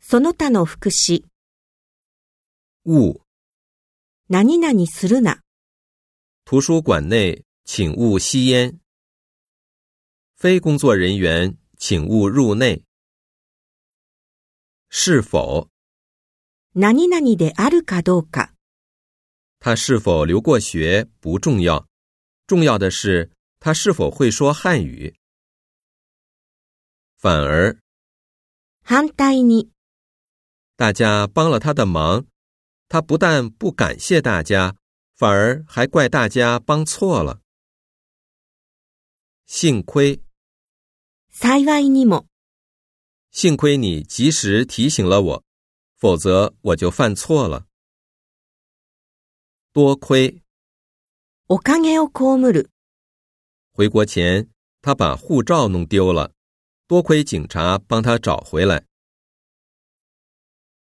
その他の副詞、勿何々するな、图书馆内请勿吸烟。非工作人员请勿入内。是否？何々であるかどうか、他是否留过学不重要，重要的是他是否会说汉语。反而，反対に、大家帮了他的忙，他不但不感谢大家，反而还怪大家帮错了。幸亏，幸いにも、幸亏你及时提醒了我，否则我就犯错了。多亏おかげをこむる、回国前他把护照弄丢了，多亏警察帮他找回来。